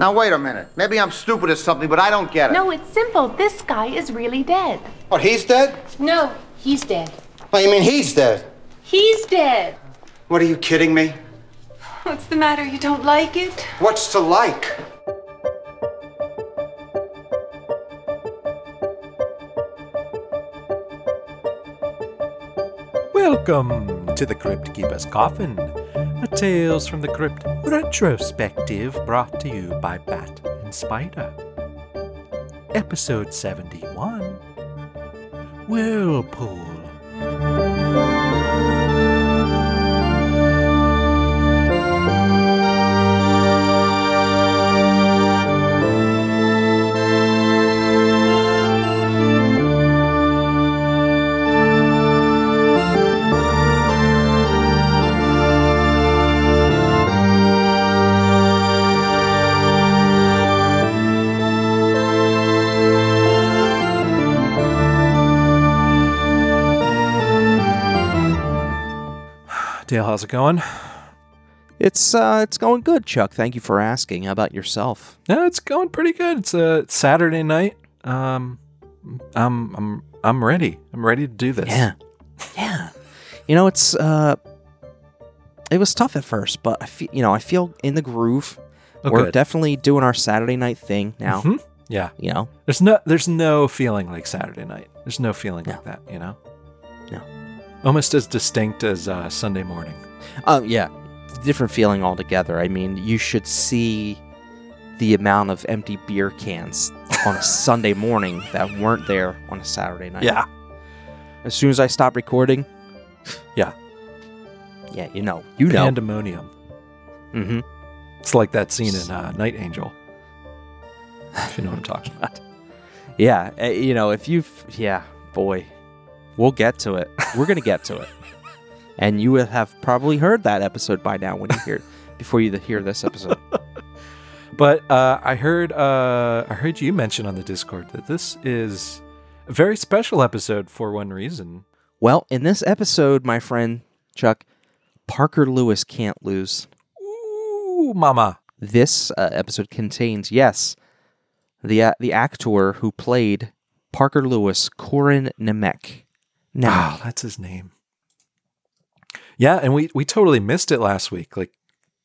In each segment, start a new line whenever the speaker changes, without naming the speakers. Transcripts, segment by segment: Now, wait a minute. Maybe I'm stupid or something, but I don't get it.
No, it's simple. This guy is really dead.
What, he's dead?
No, he's dead.
What, you mean he's dead?
He's dead.
What, are you kidding me?
What's the matter? You don't like it?
What's to like?
Welcome to the Crypt Keeper's Coffin, a Tales from the Crypt retrospective brought to you by Bat and Spider. Episode 71 Whirlpool. Dale, how's it going?
It's uh, it's going good, Chuck. Thank you for asking. How about yourself?
No, it's going pretty good. It's a it's Saturday night. Um, I'm I'm I'm ready. I'm ready to do this.
yeah. You know, it's uh, it was tough at first, but I feel you know I feel in the groove.
Oh,
We're
good.
definitely doing our Saturday night thing now.
Mhm. Yeah.
You know,
There's no there's no feeling like Saturday night. There's no feeling like that. You know.
No.
Almost as distinct as uh, Sunday morning.
um, yeah, different feeling altogether. I mean, you should see the amount of empty beer cans on a Sunday morning that weren't there on a Saturday night.
Yeah.
As soon as I stop recording.
Yeah.
Yeah, you know, you know.
Pandemonium.
mm-hmm.
It's like that scene in uh, Night Angel. If you know what I'm talking. about.
Yeah, eh, you know, if you, yeah, boy, we'll get to it. We're gonna get to it, and you will have probably heard that episode by now when you hear before you hear this episode.
But uh, I heard uh, I heard you mention on the Discord that this is a very special episode for one reason.
Well, in this episode, my friend Chuck, Parker Lewis can't lose.
Ooh, mama.
This uh, episode contains yes, the uh, the actor who played Parker Lewis, Corin Nemec. Now,
Ah, that's his name. Yeah, and we we totally missed it last week, like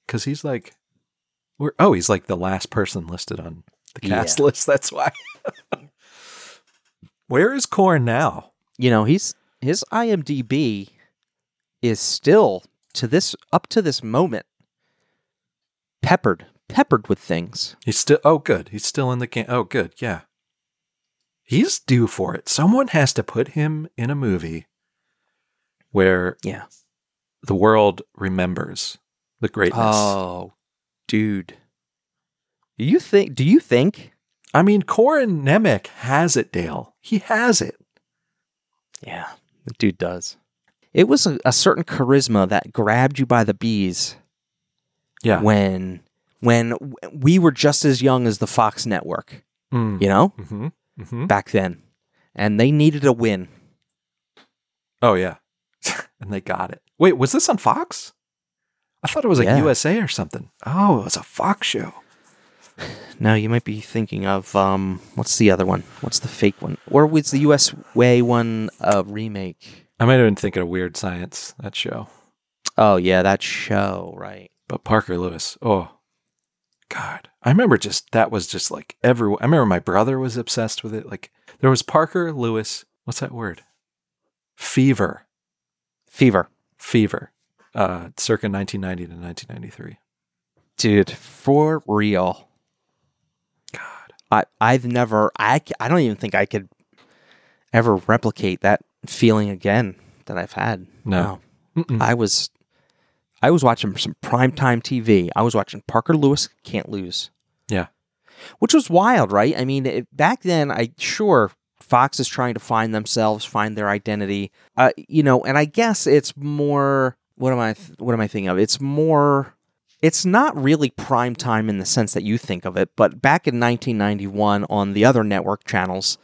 because he's like, we're oh he's like the last person listed on the cast list. That's why. Where is Corn now?
you know he's his IMDb is still to this up to this moment peppered peppered with things.
He's still oh good. He's still in the game. Oh good, yeah. He's due for it. Someone has to put him in a movie where
Yeah.
the world remembers the greatness.
Oh, dude. Do you think? Do you think?
I mean, Corin Nemec has it, Dale. He has it.
Yeah, the dude does. It was a, a certain charisma that grabbed you by the bees
Yeah.
when when w- we were just as young as the Fox Network, you know,
hmm hmm
back then, and they needed a win.
Oh yeah. and they got it. Wait, was this on Fox? I thought it was like
Yeah.
USA or something. Oh, it was a Fox show.
No, you might be thinking of um, what's the other one? What's the fake one? Or was the U.S. Way one a remake?
I might have been thinking of Weird Science, that show.
Oh yeah, that show, right?
But Parker Lewis, oh God. I remember just that was just like everyone I remember my brother was obsessed with it. Like there was Parker Lewis, what's that word? Fever.
Fever,
Fever. Uh circa nineteen ninety to nineteen ninety three.
dude, for real.
God.
I I've never I c- I don't even think I could ever replicate that feeling again that I've had.
No. Mm-mm.
I was I was watching some primetime TV. I was watching Parker Lewis Can't Lose.
Yeah.
Which was wild, right? I mean, it, back then, I sure Fox is trying to find themselves, find their identity. Uh, you know, and I guess it's more what am I th- what am I thinking of? It's more it's not really prime time in the sense that you think of it, but back in 1991 on the other network channels,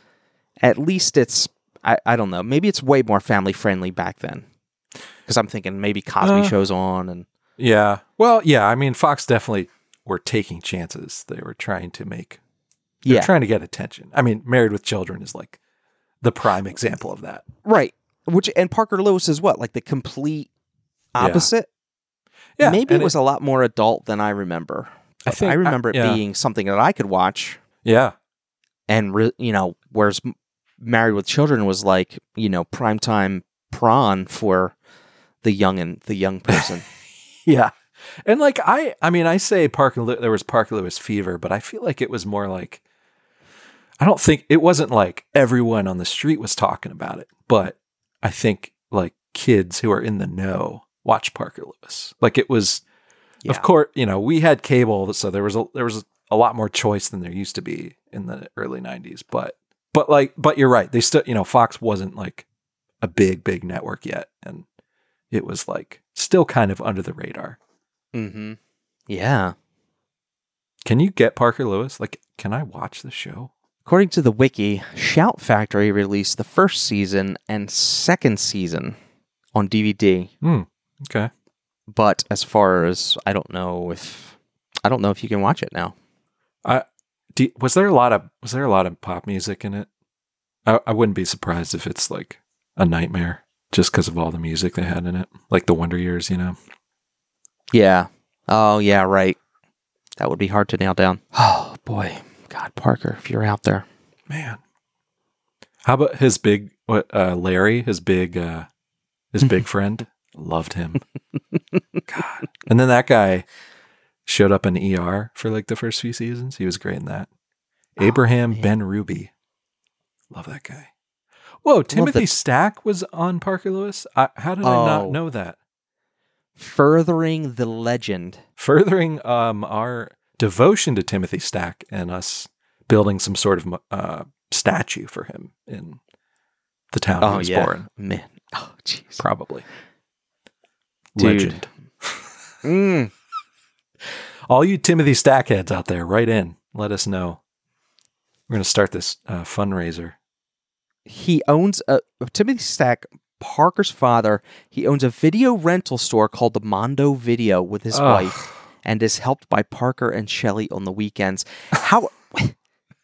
at least it's I, I don't know, maybe it's way more family friendly back then. Because I'm thinking maybe Cosby
Uh,
shows on and
Yeah. Well, yeah, I mean Fox definitely were taking chances. They were trying to make they're
Yeah.
trying to get attention. I mean, Married with Children is like the prime example of that.
right. Which and Parker Lewis is what like the complete
Yeah.
opposite.
Yeah,
Maybe
and
it was a lot more adult than I remember.
I
I,
think- I-
remember it
yeah.
being something that I could watch
yeah,
and re- you know, whereas M- Married with Children was like you know primetime prawn for the young and the young person.
yeah. And like I, I mean, I say Parker Lew- there was Parker Lewis fever, but I feel like it was more like I don't think it wasn't like everyone on the street was talking about it, but I think like kids who are in the know watch Parker Lewis. Like it was,
Yeah.
of course, you know, we had cable, so there was a, there was a lot more choice than there used to be in the early '90s. But but like but you're right, they still you know Fox wasn't like a big big network yet, and it was like still kind of under the radar.
mm-hmm. Yeah.
Can you get Parker Lewis? Like, can I watch the show?
According to the wiki, Shout Factory released the first season and second season on DVD.
Okay.
But as far as I don't know if I don't know if you can watch it now.
Do you- was there a lot of was there a lot of pop music in it? I, I wouldn't be surprised if it's like a nightmare just because of all the music they had in it, like the Wonder Years, you know.
Yeah. Oh yeah, right. That would be hard to nail down. Oh boy. God Parker, if you're out there.
Man, how about his big what uh, Larry, his big uh, his big friend, loved him. God, and then that guy showed up in ER for like the first few seasons. He was great in that. Abraham
Oh, man.
Ben Ruby, love that guy. Whoa, Timothy
that-
Stack was on Parker Lewis. I, how did I not
Oh.
know that?
Furthering the legend.
Furthering um, our devotion to Timothy Stack and us building some sort of uh, statue for him in the town he
Oh
was
yeah.
born.
Man. Oh jeez.
Probably.
Dude.
Legend.
Mm.
All you Timothy Stack heads out there, write in. Let us know. We're going to start this uh, fundraiser.
He owns a Timothy Stack Parker's father, he owns a video rental store called the Mondo Video with his
Ugh.
wife. and is helped by Parker and Shelley on the weekends. How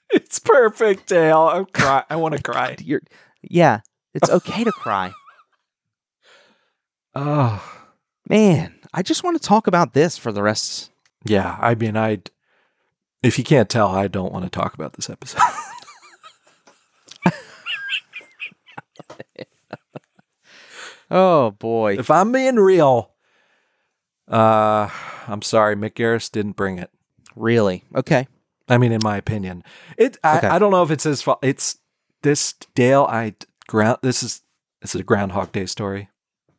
It's perfect, Dale. I'm cry. I want to cry.
you're yeah, it's okay to cry.
Oh,
Man, I just want to talk about this for the rest.
yeah. I mean, I. If you can't tell, I don't want to talk about this episode.
Oh boy.
if I'm being real, uh, I'm sorry, Mick Garris didn't bring it.
Really? Okay.
I mean, in my opinion, it. I,
Okay.
I don't know if it's his fault. It's this Dale. I ground. This is this is a Groundhog Day story.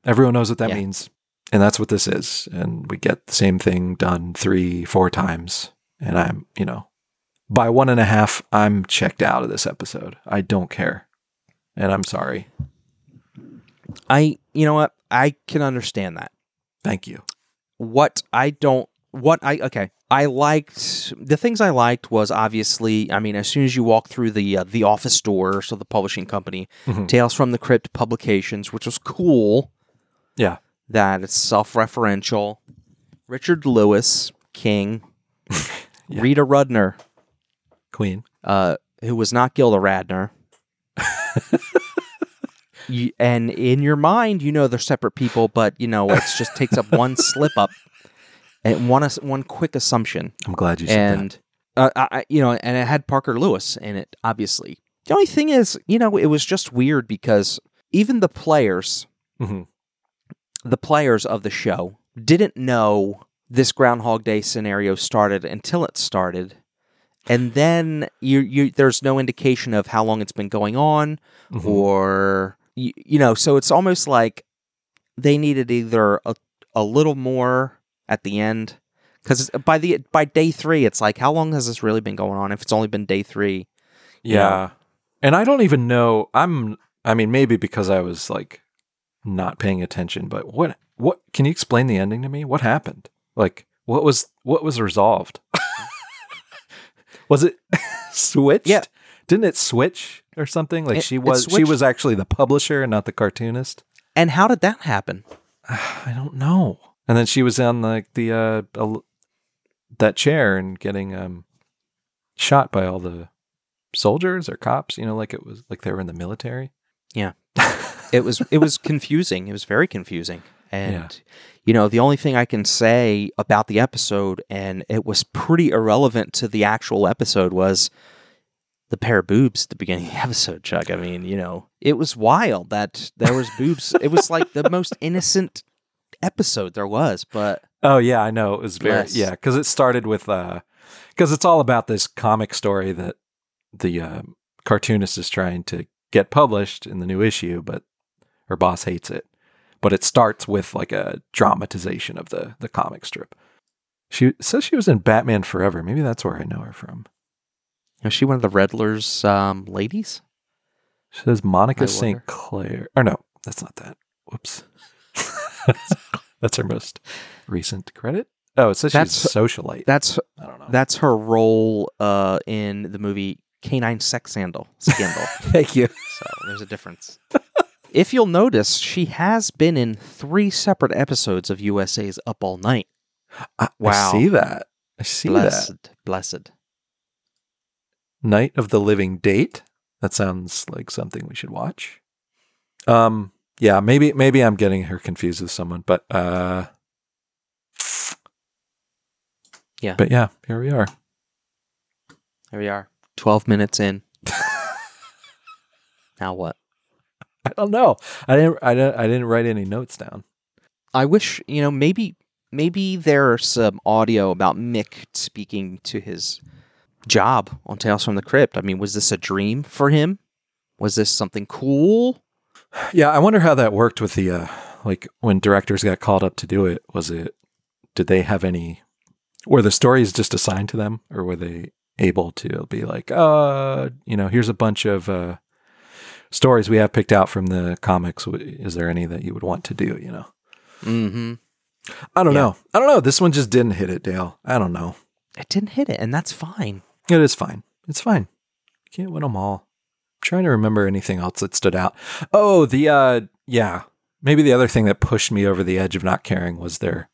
Everyone knows what that
Yeah.
means, and that's what this is. And we get the same thing done three, four times, and I'm, you know, by one and a half, I'm checked out of this episode. I don't care, and I'm sorry.
I you know what? I can understand that.
Thank you.
What I don't what I okay. I liked the things I liked was obviously, I mean, as soon as you walk through the uh, the office door, so the publishing company,
Mhm.
Tales from the Crypt Publications, which was cool.
Yeah.
that it's self-referential. Richard Lewis King,
Yeah.
Rita Rudner,
Queen.
uh, who was not Gilda Radner. you, and in your mind, you know they're separate people, but you know it just takes up one slip up and one ass- one quick assumption,
I'm glad you said that.
and uh, I, I- you know, and it had Parker Lewis in it, obviously. The only thing is, you know, it was just weird because even the players
Mhm.
the players of the show didn't know this Groundhog Day scenario started until it started, and then you you there's no indication of how long it's been going on,
Mhm.
or you, you know, so it's almost like they needed either a a little more at the end because by the by day three it's like how long has this really been going on if it's only been day three you know?
Yeah. And I don't even know I'm I mean maybe because I was like not paying attention, but what what can you explain the ending to me? What happened? Like what was what was resolved? was it switched?
Yeah.
Didn't it switch or something? Like
It-
she
it
was she
switched.
was actually the publisher and not the cartoonist?
and how did that happen
I don't know. And then she was on like the uh el- that chair and getting um shot by all the soldiers or cops, you know, like it was like they were in the military.
Yeah. it was it was confusing. It was very confusing. And
Yeah.
you know, the only thing I can say about the episode and it was pretty irrelevant to the actual episode was the pair of boobs at the beginning of the episode, Chuck. I mean, you know, it was wild that there was boobs. it was like the most innocent episode there was, but
Oh yeah, I know. It was very
Yes.
yeah, because it started with uh, because it's all about this comic story that the uh, cartoonist is trying to get published in the new issue, but her boss hates it. But it starts with like a dramatization of the the comic strip. She says she was in Batman Forever. Maybe that's where I know her from.
is she one of the Redler's um, ladies?
She says Monica
wonder.
St. Clair. Or no, that's not that. Whoops. that's her most recent credit. Oh, it says she's a
That's-
socialite.
That's
I don't know.
that's her role uh, in the movie Canine Sex Scandal. Scandal.
Thank you.
So there's a difference. if you'll notice, she has been in three separate episodes of USA's Up All Night.
I,
Wow.
I see that. I see
blessed,
that.
blessed.
Night of the Living Date. That sounds like something we should watch. Um, yeah, maybe maybe I'm getting her confused with someone, but uh,
Yeah.
But yeah, here we are.
Here we are, 12 minutes in. now what?
I don't know. I didn't. I didn't. I didn't write any notes down.
I wish, you know, maybe maybe there's some audio about Mick speaking to his job on Tales from the Crypt. I mean, was this a dream for him? Was this something cool?
Yeah, I wonder how that worked with the uh, like when directors got called up to do it. Was it? Did they have any? Were the stories just assigned to them, or were they able to be like, uh, you know, here's a bunch of uh, stories we have picked out from the comics. W- Is there any that you would want to do? You know,
Mm-hmm.
I don't
Yeah.
know. I don't know. This one just didn't hit it, Dale. I don't know.
It didn't hit it, and that's fine.
It is fine. It's fine. Can't win them all. I'm trying to remember anything else that stood out. Oh, the uh yeah. Maybe the other thing that pushed me over the edge of not caring was their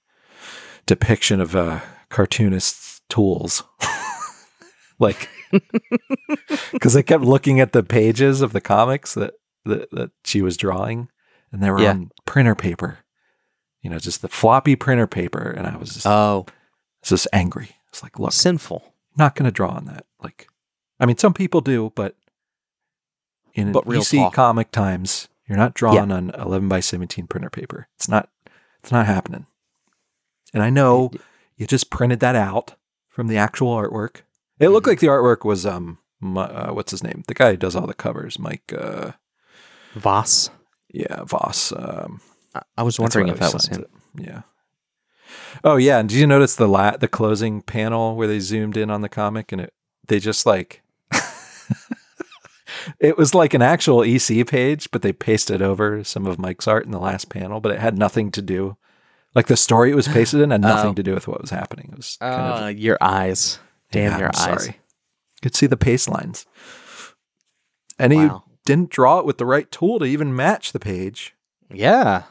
depiction of uh cartoonists' tools. like cuz I kept looking at the pages of the comics that that, that she was drawing and they were
Yeah.
on printer paper. You know, just the floppy printer paper and I was just,
Oh,
just angry. It's like, look,
sinful.
not going to draw on that. Like, I mean, some people do, but in
But real
PC
talk.
comic times, you're not drawing on 11 by 17 printer paper. It's not. It's not happening. And I know you just printed that out from the actual artwork. It looked
Mhm.
like the artwork was um, Mi- uh, what's his name? The guy who does all the covers, Mike. Uh,
Voss.
yeah, Voss. Um,
I- I was
that's
wondering
what
if
I
that was
signed
him.
it. Yeah. Oh yeah, and did you notice the la- the closing panel where they zoomed in on the comic and it they just like it was like an actual EC page, but they pasted over some of Mike's art in the last panel, but it had nothing to do like the story it was pasted in had nothing
Oh.
to do with what was happening. It was kind of
Uh, your eyes. Damn
yeah,
your
I'm
eyes.
Sorry. Could see the paste lines. And he
Wow.
didn't draw it with the right tool to even match the page.
Yeah.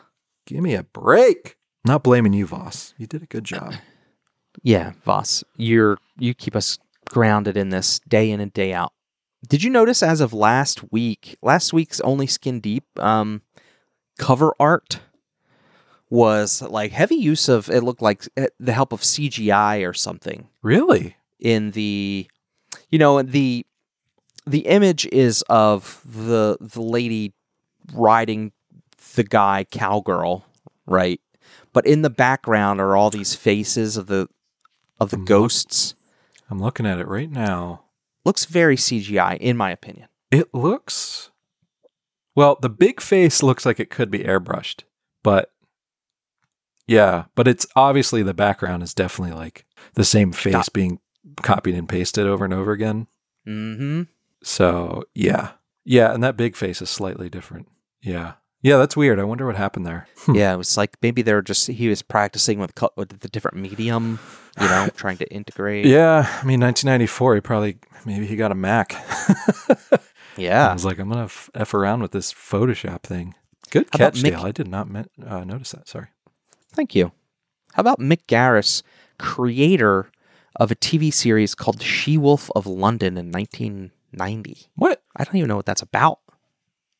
Give me a break. Not blaming you, Voss. You did a good job.
Yeah, Voss. You're you keep us grounded in this day in and day out. Did you notice as of last week, last week's only skin deep um cover art was like heavy use of it looked like eh, the help of CGI or something.
Really?
in the you know the the image is of the the lady riding the guy cowgirl right but in the background are all these faces of the of
Mm-hmm.
the ghosts
I'm looking at it right now.
looks very cgi in my opinion
It looks. Well, the big face looks like it could be airbrushed, but yeah, but it's obviously the background is definitely like the same face
Got-
being copied and pasted over and over again.
mm-hmm
So yeah. Yeah. And that big face is slightly different. Yeah. Yeah. That's weird. I wonder what happened there. Hmm.
yeah it was like maybe they were just he was practicing with, co- with the different medium you know trying to integrate
Yeah. I mean, 1994, he probably, maybe he got a Mac. I
yeah
was like, I'm gonna f-, f around with this Photoshop thing. Good
How about
catch,
Mick-
Dale. I did not meant, uh, notice that. Sorry.
Thank you. How about Mick Garris, creator of a TV series called She Wolf of London in 1990.
What?
I don't even know what that's about.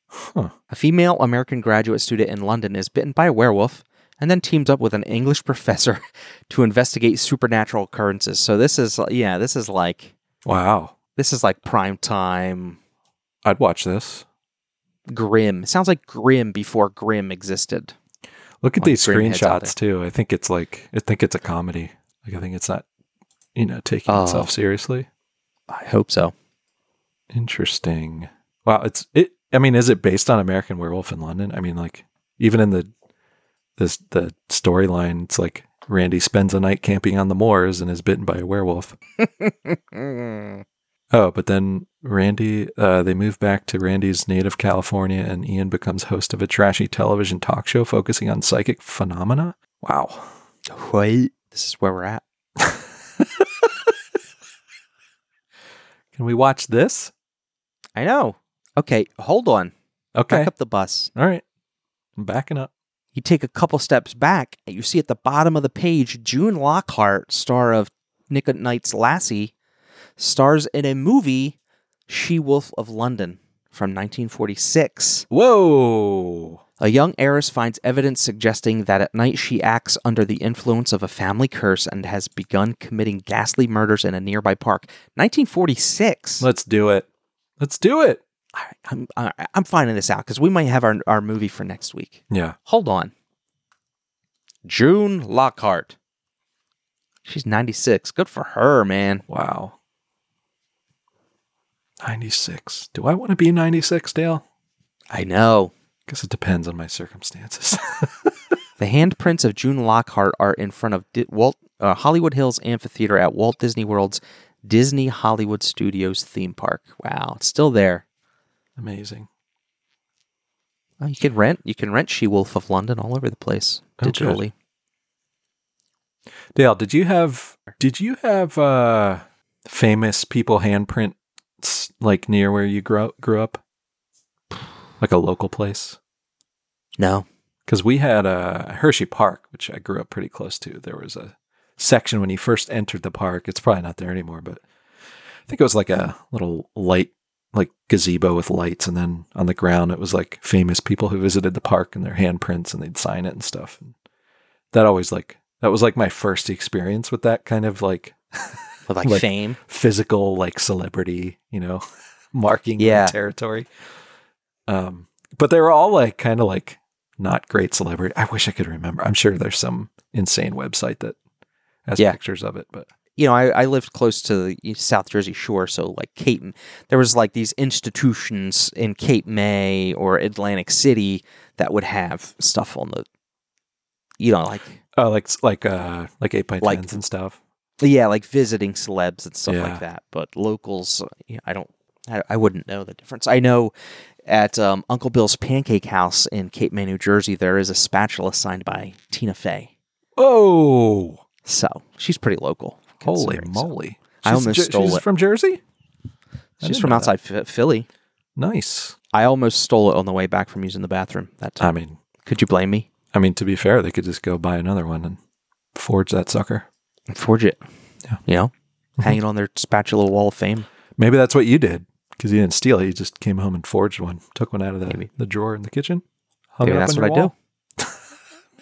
Huh.
A female American graduate student in London is bitten by a werewolf and then teams up with an English professor to investigate supernatural occurrences. So this is yeah, this is like
Wow.
this is like prime time
I'd watch this.
grim. Sounds like grim before grim existed.
Look at
Like
these
Grim Head's out
screenshots too. I think it's like I think it's a comedy. Like I think it's not, you know, taking
Oh.
itself seriously.
I hope so.
Interesting. Wow, it's it. I mean, is it based on American Werewolf in London? I mean, like even in the this the storyline, it's like Randy spends a night camping on the moors and is bitten by a werewolf. Oh, but then Randy, uh, they move back to Randy's native California, and Ian becomes host of a trashy television talk show focusing on psychic phenomena. Wow.
Wait, this is where we're at.
Can we watch this?
I know. Okay, hold on. Back
Okay.
up the bus.
All right. I'm backing up.
You take a couple steps back, and you see at the bottom of the page June Lockhart, star of Nick at Night's Lassie, stars in a movie, She Wolf of London, from 1946.
Whoa.
A young heiress finds evidence suggesting that at night she acts under the influence of a family curse and has begun committing ghastly murders in a nearby park. 1946.
Let's do it. Let's do it.
All right, I'm, all right, I'm finding this out because we might have our, our movie for next week.
Yeah.
Hold on. June Lockhart. She's 96. Good for her, man.
Wow. 96. Do I want to be 96, Dale?
I know.
Guess it depends on my circumstances.
The handprints of June Lockhart are in front of Di- Walt uh, Hollywood Hills Amphitheater at Walt Disney World's Disney Hollywood Studios theme park. Wow, it's still there.
Amazing.
Oh, you can rent. You can rent She Wolf of London all over the place
Oh, good.
digitally.
Dale, did you have did you have uh famous people handprints like near where you grew grew up? Like a local place?
No.
because we had uh, Hershey Park, which I grew up pretty close to. There was a section when you first entered the park. It's probably not there anymore, but I think it was like a little light, like gazebo with lights, and then on the ground it was like famous people who visited the park and their handprints, and they'd sign it and stuff. And that always like that was like my first experience with that kind of like
With like,
Like-
fame.
physical like celebrity, you know, marking their
Yeah.
territory. Um, but they were all like kind of like not great celebrity. I wish I could remember. I'm sure there's some insane website that has
Yeah.
pictures of it, but
you know, I, I lived close to the E, South Jersey Shore, so like Cape, there was like these institutions in Cape May or Atlantic City that would have stuff on the, you know, like
oh, like like uh like eight by
Like-
tens and stuff.
yeah, like visiting celebs and stuff
Yeah.
like that. But locals, you know, I don't, I, I wouldn't know the difference. I know at um, Uncle Bill's Pancake House in Cape May, New Jersey, there is a spatula signed by Tina Fey,
Oh,
so she's pretty local.
holy
considering, so.
moly!
I almost
Jer-
stole
she's
it.
from Jersey. I
She's
didn't
from
know
outside Ph Philly.
that. Nice.
I almost stole it on the way back from using the bathroom that time.
I mean,
Could you blame me?
I mean to be fair, they could just go buy another one and forge that sucker.
Forge it. Mm-hmm.
Yeah.
You know, hang it on their spatula wall of fame.
Maybe that's what you did because you didn't steal it. You just came home and forged one, took one out of the,
Maybe.
the drawer in the kitchen. Hung
Maybe
it up
that's
on your
what I
wall.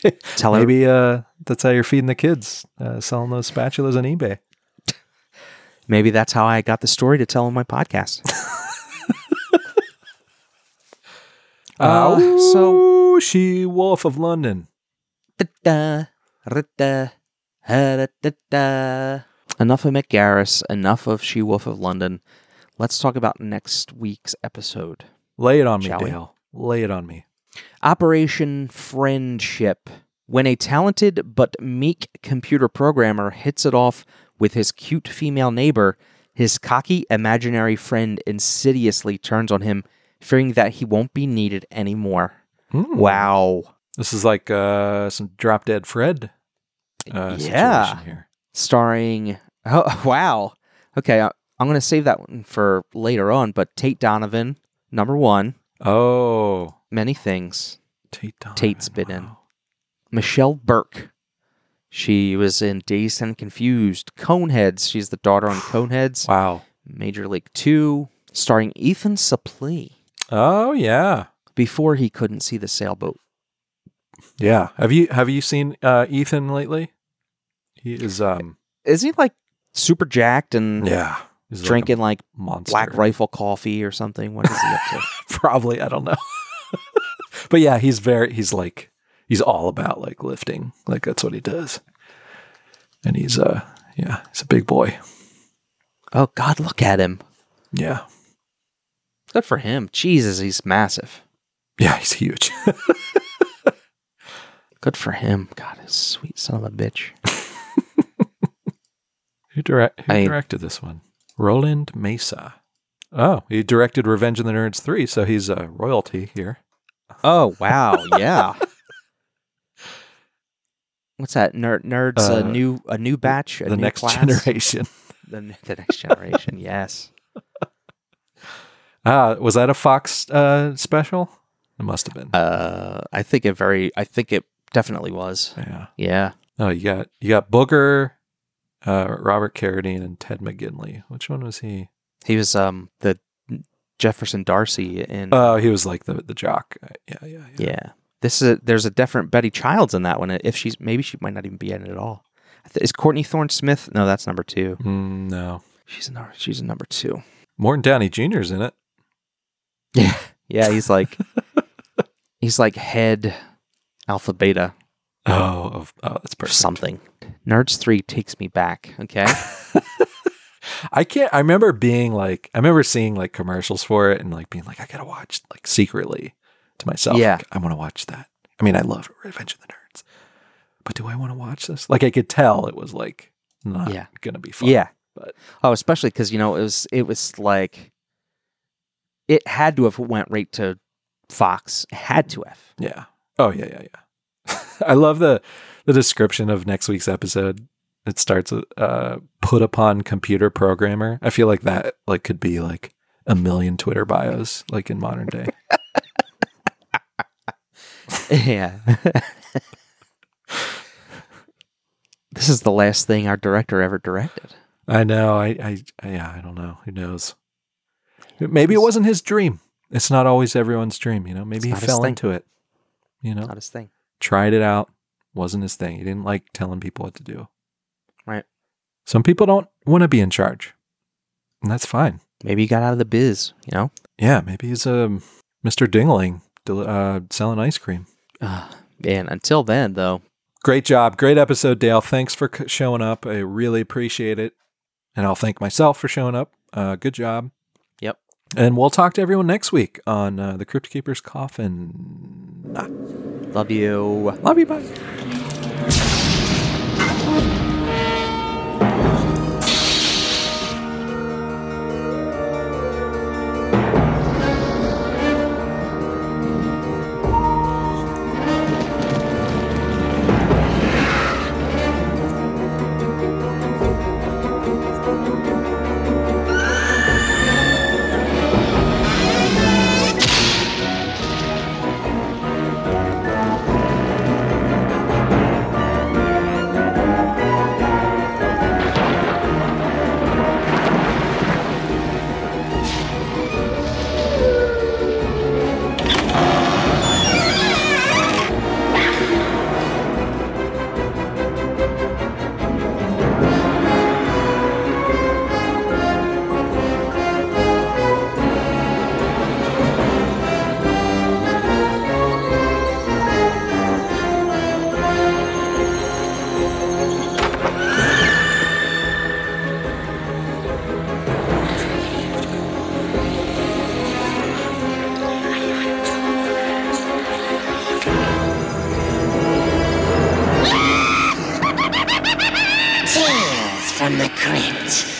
do. Tell her.
Maybe uh, that's how you're feeding the kids, uh, selling those spatulas on eBay.
Maybe that's how I got the story to tell on my podcast. Uh, so
Ooh, she wolf of London.
Da-da, ra-da, ha-da-da-da. enough of McGarris. Enough of She Wolf of London. Let's talk about next week's episode.
Lay it on me,
Shall we?
Dale. Lay it on me.
Operation Friendship. When a talented but meek computer programmer hits it off with his cute female neighbor, his cocky imaginary friend insidiously turns on him, fearing that he won't be needed anymore.
Hmm.
Wow.
This is like uh, some drop dead Fred. Uh,
Yeah.
Situation here.
Starring. Oh, wow. Okay, I, I'm going to save that one for later on, but Tate Donovan, number one,
Oh,
many things.
Tate. Donovan,
Tate's been in.
wow.
Michelle Burke, She was in Dazed and Confused, Coneheads. She's the daughter on Coneheads,
Wow.
Major League Two, starring Ethan Suplee.
Oh yeah.
Before he couldn't see the sailboat.
Yeah. Have you have you seen uh, Ethan lately? He is um
Is he like super jacked and
yeah. He's like a
drinking Mm-hmm. like,
monster.
Black Rifle coffee or something? What is he up to?
Probably, I don't know. but yeah, he's very he's like he's all about like lifting. Like that's what he does. And he's uh yeah, he's a big boy.
oh God, look at him.
Yeah.
Good for him. Jesus, he's massive.
Yeah, he's huge.
Good for him. God, his sweet son of a bitch.
who direct who
I-
directed this one? Roland Mesa. Oh, he directed Revenge of the Nerds 3, so he's a royalty here.
Oh wow, yeah. What's that? Nerd, nerds
Uh,
a new a new batch, a
the
new
next
class?
generation.
The, n- the next generation. yes.
Ah, was that a Fox uh, special? It must have been.
Uh, I think it very. I think it definitely was.
yeah.
Yeah.
Oh, you got you got Booger, uh, Robert Carradine, and Ted McGinley. Which one was he?
He was um the Jefferson Darcy in.
Oh, he was like the the jock. Uh, Yeah, yeah, yeah.
yeah. This is a, there's a different Betty Childs in that one. If she's maybe she might not even be in it at all. I thi- Is Courtney Thorne Smith? No, that's number two.
Mm, no,
She's a number, she's a number two.
Morton Downey Jr.'s in it.
Yeah. Yeah, he's like he's like head alpha beta
Oh, of, oh, that's
or
perfect.
something. Nerds 3 takes me back, okay?
I can't. I remember being like, I remember seeing like commercials for it and like being like, I gotta watch like secretly to myself.
Yeah.
like, I want to watch that. I mean, I loved Revenge of the Nerds, but do I want to watch this? Like, I could tell it was like not
Yeah.
gonna be fun.
yeah.
but-
oh, especially cuz you know, it was it was like it had to have went right to Fox. It had to have.
Yeah. Oh yeah, yeah, yeah. I love the the description of next week's episode. It starts with uh, put upon computer programmer. I feel like that like could be like a million Twitter bios like in modern day.
yeah. this is the last thing our director ever directed.
I know. I, I, I yeah. I don't know. Who knows? Maybe it wasn't his dream. It's not always everyone's dream. You know.
It's
Maybe he
not his
fell
thing.
into it. You know.
Not his thing.
tried it out wasn't his thing he didn't like telling people what to do
Right.
some people don't want to be in charge and that's fine
Maybe he got out of the biz, you know?
yeah maybe he's a mr dingling del- uh, selling ice cream
Uh, man, until then though,
great job great episode dale thanks for c- showing up i really appreciate it and i'll thank myself for showing up uh, good job
Yep.
and we'll talk to everyone next week on uh, the crypt keeper's coffin Ah,
love you.
love you bye
Tales from the Crypt.